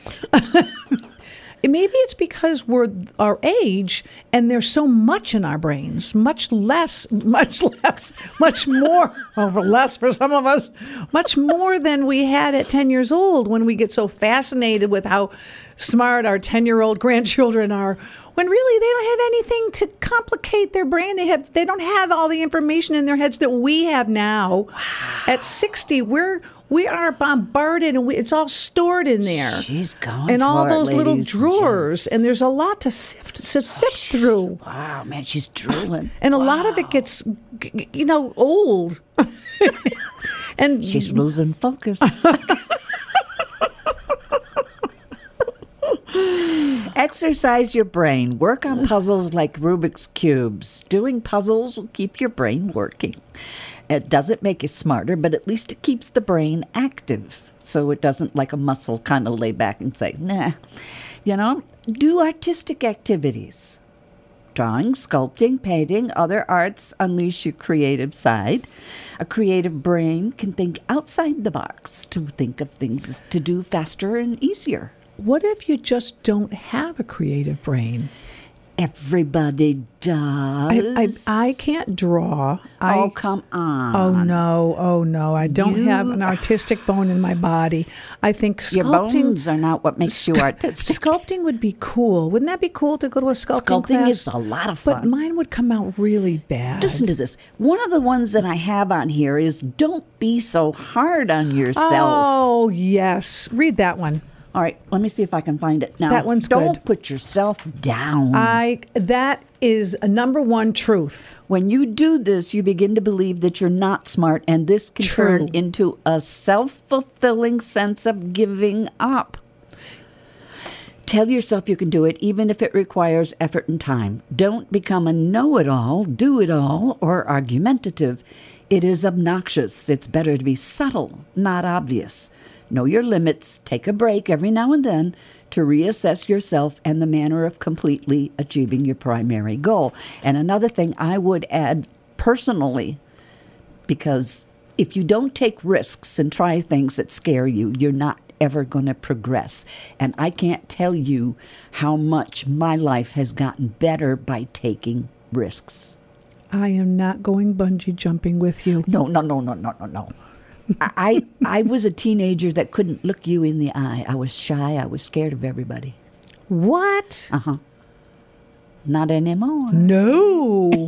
C: maybe it's because we're our age and there's so much in our brains, much less, much less, much more, well, for less for some of us, much more than we had at 10 years old when we get so fascinated with how smart our 10 year old grandchildren are. When really they don't have anything to complicate their brain. They have they don't have all the information in their heads that we have now. At 60, we're we are bombarded and we, it's all stored in there.
D: She's going
C: And all
D: for it,
C: those little
D: ladies and
C: drawers,
D: gents. Oh,
C: and, there's a lot to sift to sift through.
D: Wow, man, she's drooling.
C: And a lot of it gets, g- g- you know, old. and
D: She's losing focus. Exercise your brain. Work on puzzles like Rubik's Cubes. Doing puzzles will keep your brain working. It doesn't make you smarter, but at least it keeps the brain active. So it doesn't, like a muscle, kind of lay back and say, nah. You know, do artistic activities. Drawing, sculpting, painting, other arts unleash your creative side. A creative brain can think outside the box to think of things to do faster and easier.
C: what if you just don't have a creative brain?
D: Everybody
C: I,
D: does.
C: I, I can't draw. I,
D: oh, come on.
C: Oh no! Oh no! I don't have an artistic bone in my body. I think sculpting.
D: Your bones are not what makes you artistic.
C: Sculpting would be cool. Wouldn't that be cool to go to a sculpting,
D: Sculpting
C: class?
D: is a lot of
C: But
D: fun.
C: mine would come out really bad.
D: Listen to this. One of the ones that I have on here is don't be so hard on yourself.
C: Oh yes, read that one.
D: All right, let me see if I can find it now.
C: Oh. That one's
D: Don't
C: good.
D: put yourself down.
C: I that is a number one truth.
D: When you do this, you begin to believe that you're not smart, and this can
C: True.
D: turn into a self fulfilling sense of giving up. Tell yourself you can do it, even if it requires effort and time. Don't become a know it all, do it all, or argumentative. It is obnoxious. It's better to be subtle, not obvious. Know your limits, take a break every now and then to reassess yourself and the manner of completely achieving your primary goal. And another thing I would add personally because if you don't take risks and try things that scare you, you're not ever going to progress. And I can't tell you how much my life has gotten better by taking risks.
C: I am not going bungee jumping with you.
D: No, no, no, no, no, no, no. I, I I was a teenager that couldn't look you in the eye. I was shy. I was scared of everybody.
C: What?
D: Not anymore.
C: No.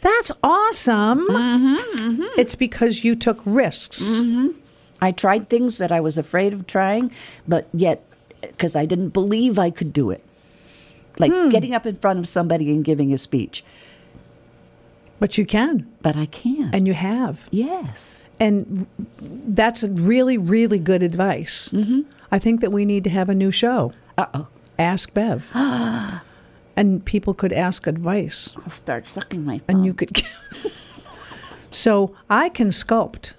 C: That's awesome. Mm-hmm, It's because you took risks.
D: I tried things that I was afraid of trying, but yet, because I didn't believe I could do it. Like getting up in front of somebody and giving a speech.
C: But you can,
D: But I can't.
C: and you have.
D: Yes.
C: And that's really, really good advice. I think that we need to have a new show.
D: Uh oh.
C: Ask Bev. and people could ask advice,
D: I'll start sucking my thumb.
C: and you could. so I can sculpt,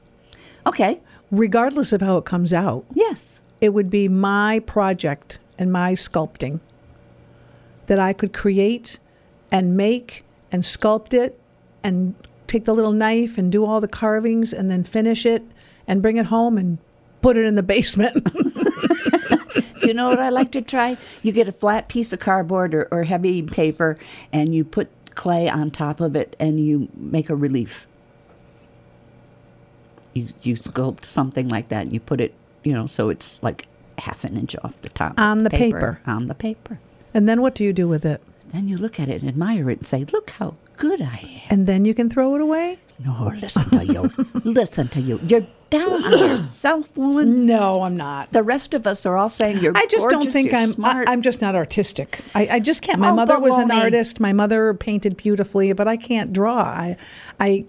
D: okay.
C: regardless of how it comes out.
D: Yes.
C: It would be my project and my sculpting that I could create and make and sculpt it and take the little knife and do all the carvings and then finish it and bring it home and put it in the basement.
D: You know what I like to try? You get a flat piece of cardboard or, or heavy paper and you put clay on top of it and you make a relief. You, you sculpt something like that and you put it, you know, so it's like half an inch off the top. of
C: On the paper.
D: On the paper.
C: and then what do you do with it?
D: Then you look at it and admire it and say, look how good I am.
C: And then you can throw it away?
D: No, listen to you. listen to you. You're down on yourself, woman.
C: No, I'm not.
D: The rest of us are all saying you're.
C: I just don't
D: gorgeous,
C: think
D: you're
C: I'm.
D: smart.
C: I, am just not artistic. I, I just can't. My
D: Oh,
C: mother was an
D: baloney.
C: artist. My mother painted beautifully, but I can't draw. I, I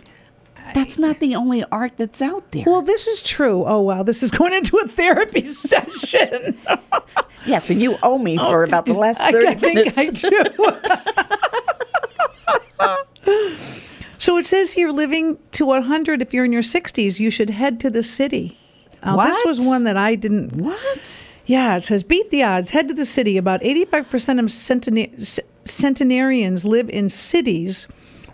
D: That's not the only art that's out there.
C: Well, this is true. Oh wow, this is going into a therapy session.
D: yes, and you owe me for about the last
C: oh, I,
D: thirty
C: I think
D: minutes.
C: I do. so it says here, living to 100. If you're in your 60s, you should head to the city. Uh, This was
D: What?
C: one that I didn't.
D: what?
C: Yeah, it says beat the odds. Head to the city. About 85% of centena- c- centenarians live in cities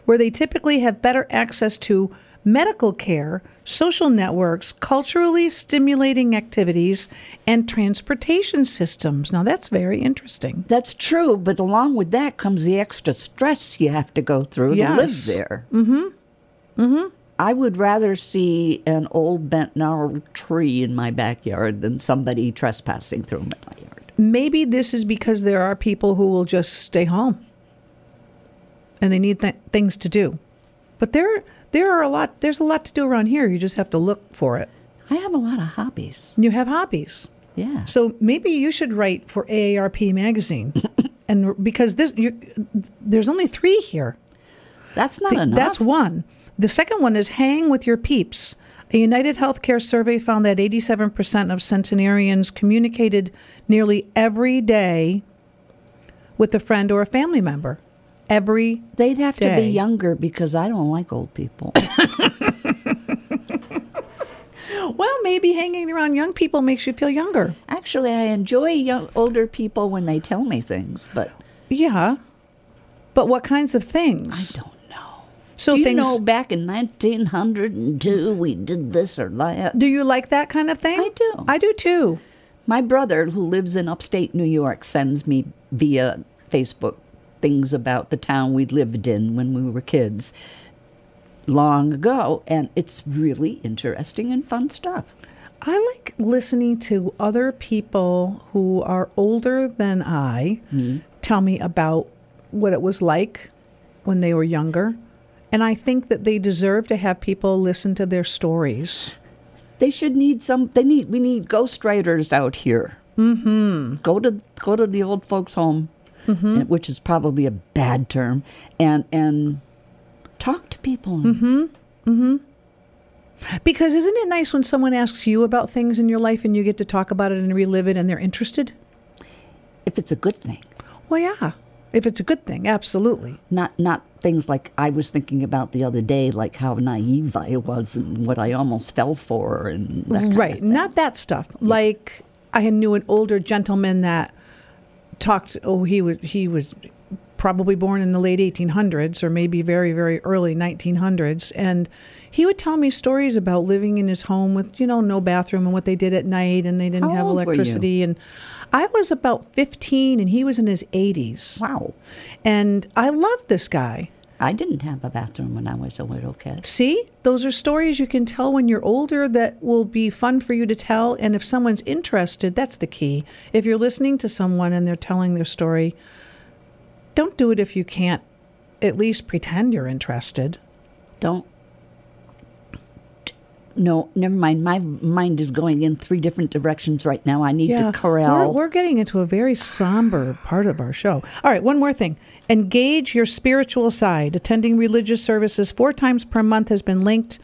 C: where they typically have better access to medical care, social networks, culturally stimulating activities, and transportation systems. Now, that's very interesting.
D: That's true, but along with that comes the extra stress you have to go through to live
C: Yes.
D: there. Mm-hmm. Mm-hmm. I would rather see an old bent gnarled tree in my backyard than somebody trespassing through my yard.
C: Maybe this is because there are people who will just stay home and they need th- things to do. But there, there are a lot. There's a lot to do around here. You just have to look for it.
D: I have a lot of hobbies.
C: And you have hobbies.
D: Yeah.
C: So maybe you should write for AARP magazine, and because this, you, there's only three here.
D: That's not
C: Th-
D: enough.
C: That's one. The second one is hang with your peeps. A United Healthcare survey found that 87% of centenarians communicated nearly every day with a friend or a family member. Every
D: They'd have to be
C: day.
D: younger because I don't like old people.
C: well, maybe hanging around young people makes you feel younger.
D: Actually, I enjoy young, older people when they tell me things, but
C: Yeah, but what kinds of things?
D: I don't know.
C: So
D: you
C: things.
D: know, back in 1902, we did this or that.
C: do you like that kind of thing?
D: I do.
C: I do too.
D: My brother, who lives in upstate New York, sends me via Facebook things about the town we lived in when we were kids long ago, and it's really interesting and fun stuff.
C: I like listening to other people who are older than I tell me about what it was like when they were younger. And I think that they deserve to have people listen to their stories.
D: They should need some. They need. We need ghostwriters out here. Mm-hmm. Go to go to the old folks' home, and- which is probably a bad term, and and talk to people.
C: Because isn't it nice when someone asks you about things in your life and you get to talk about it and relive it and they're interested?
D: If it's a good thing,
C: Well, yeah. If it's a good thing, absolutely.
D: not not things like I was thinking about the other day, like how naive I was and what I almost fell for, and that kind of
C: right
D: thing.
C: not that stuff like i knew an older gentleman that talked oh he was he was probably born in the late 1800s or maybe very very early 1900s and he would tell me stories about living in his home with you know no bathroom and what they did at night and they didn't
D: How
C: have
D: old were you?
C: electricity and i was about 15 and he was in his 80s
D: Wow,
C: and i loved this guy
D: I didn't have a bathroom when I was a little kid.
C: See, those are stories you can tell when you're older that will be fun for you to tell. And if someone's interested, that's the key. If you're listening to someone and they're telling their story, don't do it if you can't at least pretend you're interested.
D: Don't. No, never mind. My mind is going in three different directions right now. I need to corral.
C: We're, we're getting into a very somber part of our show. All right, one more thing. Engage your spiritual side. Attending religious services four times per month has been linked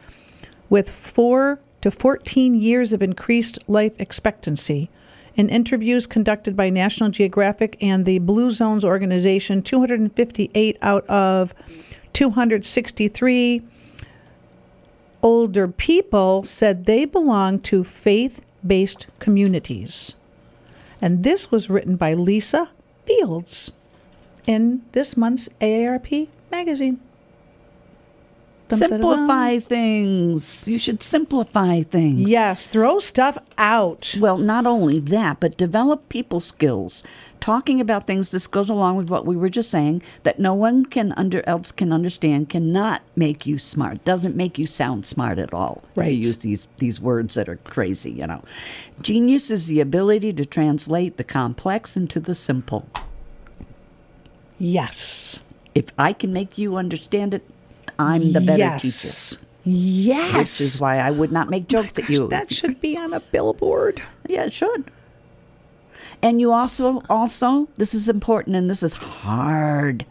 C: with four to 14 years of increased life expectancy. In interviews conducted by National Geographic and the Blue Zones organization, 258 out of 263 older people said they belong to faith based communities. And this was written by Lisa Fields in this month's AARP magazine. Dum, da, da, dum.
D: simplify things. You should simplify things.
C: Yes, throw stuff out.
D: Well, not only that, but develop people skills. Talking about things, this goes along with what we were just saying, that no one can under else can understand, cannot make you smart, doesn't make you sound smart at all. If
C: Right.
D: you use these these words that are crazy, you know. Genius is the ability to translate the complex into the simple.
C: Yes.
D: If I can make you understand it, I'm the better
C: yes.
D: teacher.
C: Yes.
D: This is why I would not make jokes at you.
C: That should be on a billboard.
D: Yeah, it should. And you also also this is important and this is hard.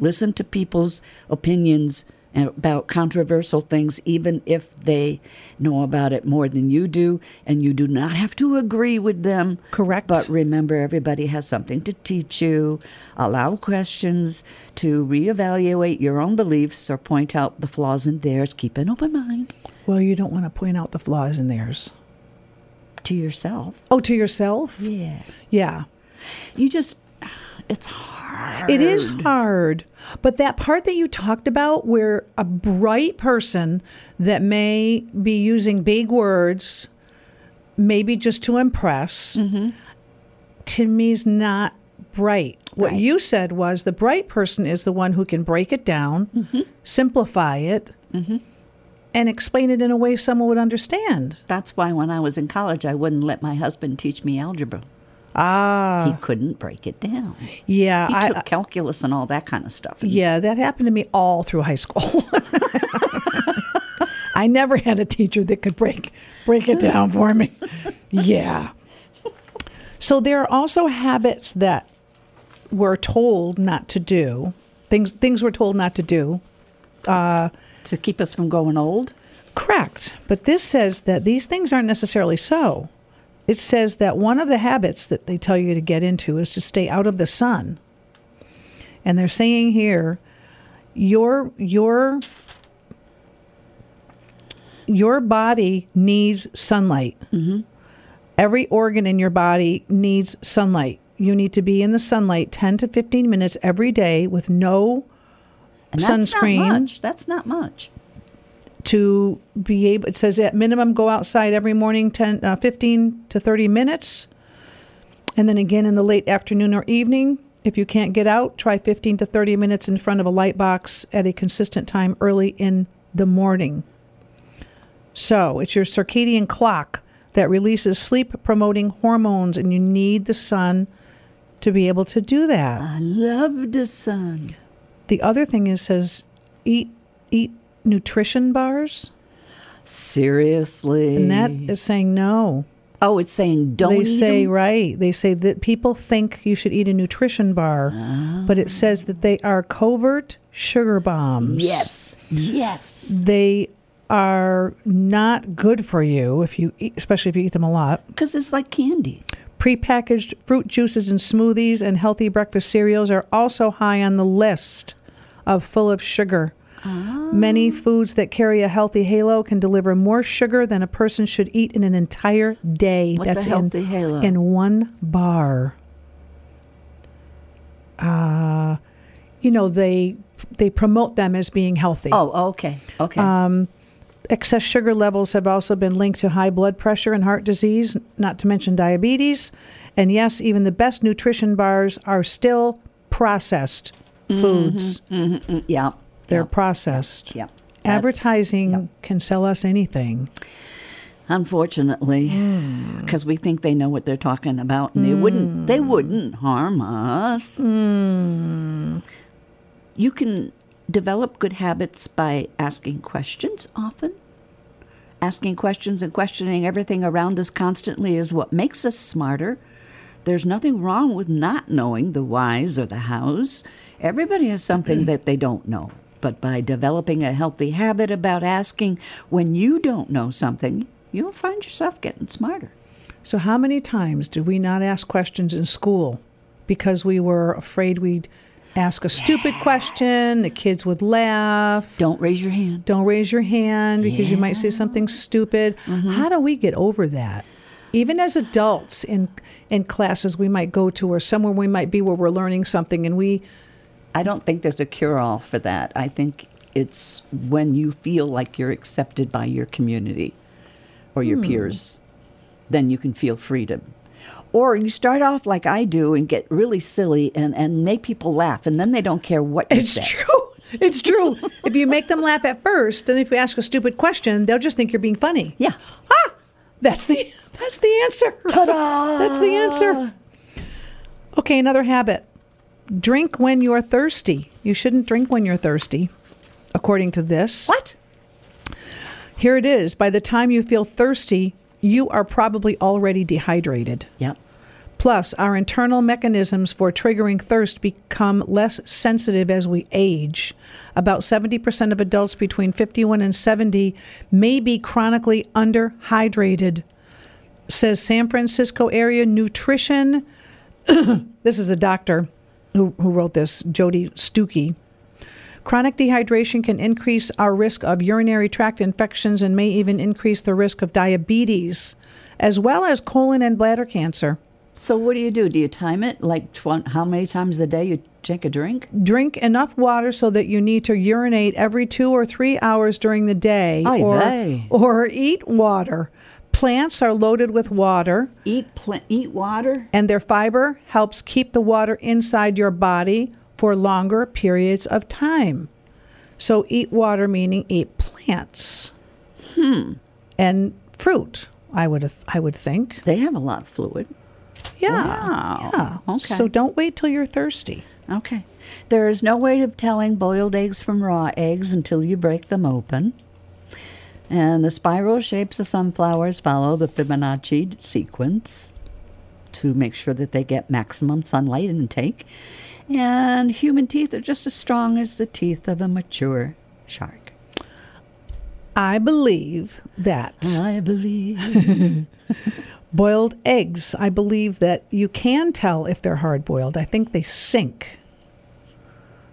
D: Listen to people's opinions about controversial things even if they know about it more than you do and you do not have to agree with them.
C: Correct.
D: But remember everybody has something to teach you. Allow questions to reevaluate your own beliefs or point out the flaws in theirs. Keep an open mind
C: Well, you don't want to point out the flaws in theirs.
D: to yourself.
C: Oh, to yourself?
D: Yeah.
C: Yeah.
D: You just It's hard.
C: It is hard. But that part that you talked about, where a bright person that may be using big words, maybe just to impress,
D: Mm-hmm.
C: to me is not bright. What you said was the bright person is the one who can break it down,
D: Mm-hmm.
C: simplify it, and explain it in a way someone would understand.
D: That's why when I was in college, I wouldn't let my husband teach me algebra. Ah. He couldn't break it down. He
C: Yeah, I, uh,
D: took calculus and all that kind of stuff.
C: Yeah, that happened to me all through high school. I never had a teacher that could break break it down for me. Yeah. So there are also habits that we're told not to do. Things things we're told not to do.
D: To keep us from going old.
C: Correct. But this says that these things aren't necessarily so. It says that one of the habits that they tell you to get into is to stay out of the sun. And they're saying here your your your body needs sunlight.
D: Mm-hmm.
C: Every organ in your body needs sunlight. You need to be in the sunlight 10 to 15 minutes every day with no
D: And that's
C: Sunscreen.
D: Not much. That's not much.
C: to be able it says at minimum go outside every morning 10 uh, 15 to 30 minutes and then again in the late afternoon or evening if you can't get out try 15 to 30 minutes in front of a light box at a consistent time early in the morning so it's your circadian clock that releases sleep promoting hormones and you need the sun to be able to do that
D: I love the sun.
C: the other thing is says eat eat nutrition bars
D: Seriously.
C: and that is saying no
D: oh, it's saying don't
C: they
D: eat
C: say
D: 'em?
C: right they say that people think you should eat a nutrition bar but it says that they are covert sugar bombs
D: Yes. Yes.
C: they are not good for you if you eat, especially if you eat them a lot
D: Because it's like candy.
C: prepackaged fruit juices and smoothies and healthy breakfast cereals are also high on the list of full of sugar
D: Ah.
C: Many foods that carry a healthy halo can deliver more sugar than a person should eat in an entire day.
D: What's a
C: That's
D: healthy
C: in,
D: halo?
C: in one bar. Uh, you know they they promote them as being healthy.
D: Oh, okay. Okay.
C: Excess sugar levels have also been linked to high blood pressure and heart disease, not to mention diabetes. And yes, even the best nutrition bars are still processed foods.
D: Mm, yeah.
C: They're
D: Mm-hmm. yeah.
C: processed.
D: yeah.
C: Advertising can sell us anything.
D: unfortunately because we think they know what they're talking about and they wouldn't they wouldn't harm us Hmm. you can develop good habits by asking questions often asking questions and questioning everything around us constantly is what makes us smarter there's nothing wrong with not knowing the whys or the hows everybody has something that they don't know but by developing a healthy habit about asking when you don't know something you'll find yourself getting smarter
C: So, how many times did we not ask questions in school because we were afraid we'd ask a stupid question, the kids would laugh?
D: don't raise your hand
C: Don't raise your hand because you might say something stupid. How do we get over that? Even as adults in in classes we might go to or somewhere we might be where we're learning something and we
D: I don't think there's a cure all for that. I think it's when you feel like you're accepted by your community or
C: Hmm.
D: your peers, then you can feel freedom. Or you start off like I do and get really silly and, and make people laugh, and then they don't care what you
C: It's
D: say.
C: true. It's true. if you make them laugh at first, then if you ask a stupid question, they'll just think you're being funny.
D: Yeah.
C: Ah, that's the that's the answer. Ta-da! that's the answer. Okay, another habit. Drink when you're thirsty. You shouldn't drink when you're thirsty, according to this.
D: What?
C: Here it is. By the time you feel thirsty, you are probably already dehydrated.
D: Yep.
C: Plus, our internal mechanisms for triggering thirst become less sensitive as we age. About 70% of adults between 51 and 70 may be chronically underhydrated, says San Francisco area nutrition. this is a doctor who, who wrote this, Jody Stuckey. Chronic dehydration can increase our risk of urinary tract infections and may even increase the risk of diabetes, as well as colon and bladder cancer.
D: So what do you do? Do you time it? Like tw- how many times a day you drink a drink?
C: Drink enough water so that you need to urinate every two or three hours during the day,
D: Ay
C: or,
D: vey.
C: or eat water. Plants are loaded with water,
D: Eat pl- eat water.
C: and their fiber helps keep the water inside your body for longer periods of time. So, eat water meaning eat plants hmm. and fruit. I would I would think.
D: They have a lot of fluid.
C: Yeah.
D: Wow.
C: Yeah.
D: Okay.
C: So don't wait till you're thirsty.
D: Okay. There is no way of telling boiled eggs from raw eggs until you break them open. And the spiral shapes of sunflowers follow the Fibonacci sequence to make sure that they get maximum sunlight intake. And human teeth are just as strong as the teeth of a mature shark.
C: I believe that
D: I believe.
C: boiled eggs, I believe that you can tell if they're hard boiled. I think they sink.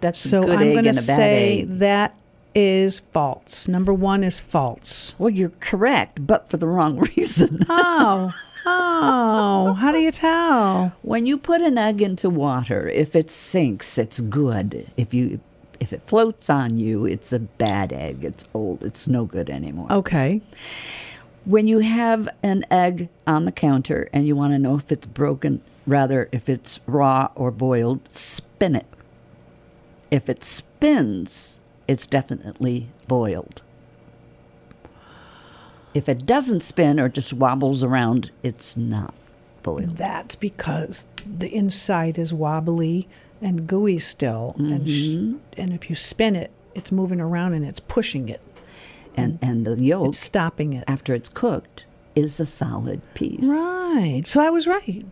D: That's
C: So
D: a good
C: I'm
D: egg
C: going
D: and
C: to
D: a bad
C: say
D: egg.
C: that is false. Number one is false.
D: Well, you're correct, but for the wrong reason.
C: Oh, oh, how do you tell?
D: When you put an egg into water, if it sinks, it's good. If you if it floats on you, it's a bad egg. It's old. It's no good anymore.
C: Okay.
D: When you have an egg on the counter and you want to know if it's broken, rather if it's raw or boiled, spin it. If it spins, it's definitely boiled. If it doesn't spin or just wobbles around, it's not boiled.
C: That's because the inside is wobbly and gooey still. And,
D: Mm-hmm.
C: sh- and if you spin it, it's moving around and it's pushing it,
D: and and the yolk
C: it's stopping it.
D: after it's cooked is a solid piece.
C: Right. So I was right.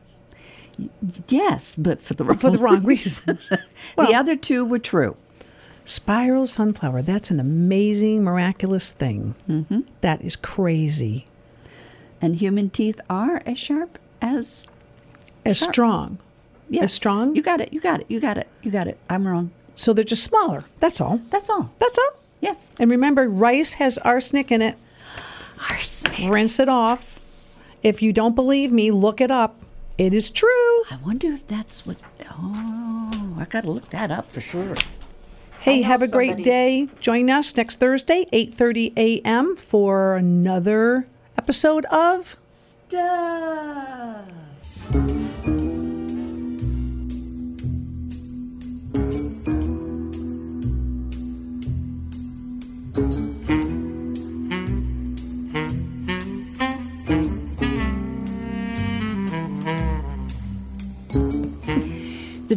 D: Yes, but for the wrong
C: For the wrong reason.
D: the other two were true.
C: Spiral sunflower. That's an amazing, miraculous thing. Mm-hmm. is crazy.
D: And human teeth are as sharp as
C: As
D: Sharp.
C: strong.
D: yes.
C: strong?
D: You got it. You got it. You got it. You got it. I'm wrong.
C: So they're just smaller. That's all.
D: That's all.
C: That's all.
D: Yeah.
C: And remember, rice has arsenic in it.
D: Arsenic.
C: Rinse it off. If you don't believe me, look it up. It is true.
D: I wonder if that's what. Oh, I got to look that up for sure.
C: Hey, have a great
D: somebody-
C: day. Join us next Thursday, 8:30 a.m. for another episode of
B: The